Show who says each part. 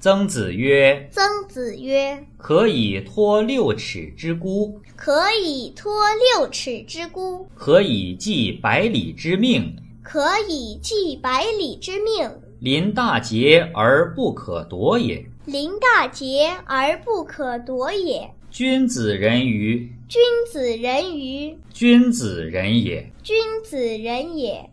Speaker 1: 曾子曰
Speaker 2: 曾子曰：“
Speaker 1: 可以托六尺之孤，：“
Speaker 2: 可以托六尺之孤，
Speaker 1: 可以寄百里之命，
Speaker 2: 可以寄百里之命，
Speaker 1: 临大节而不可夺也。
Speaker 2: 临大节而不可夺也。
Speaker 1: 君子人于，
Speaker 2: 君子人于，
Speaker 1: 君子人也。”
Speaker 2: 君子人也。”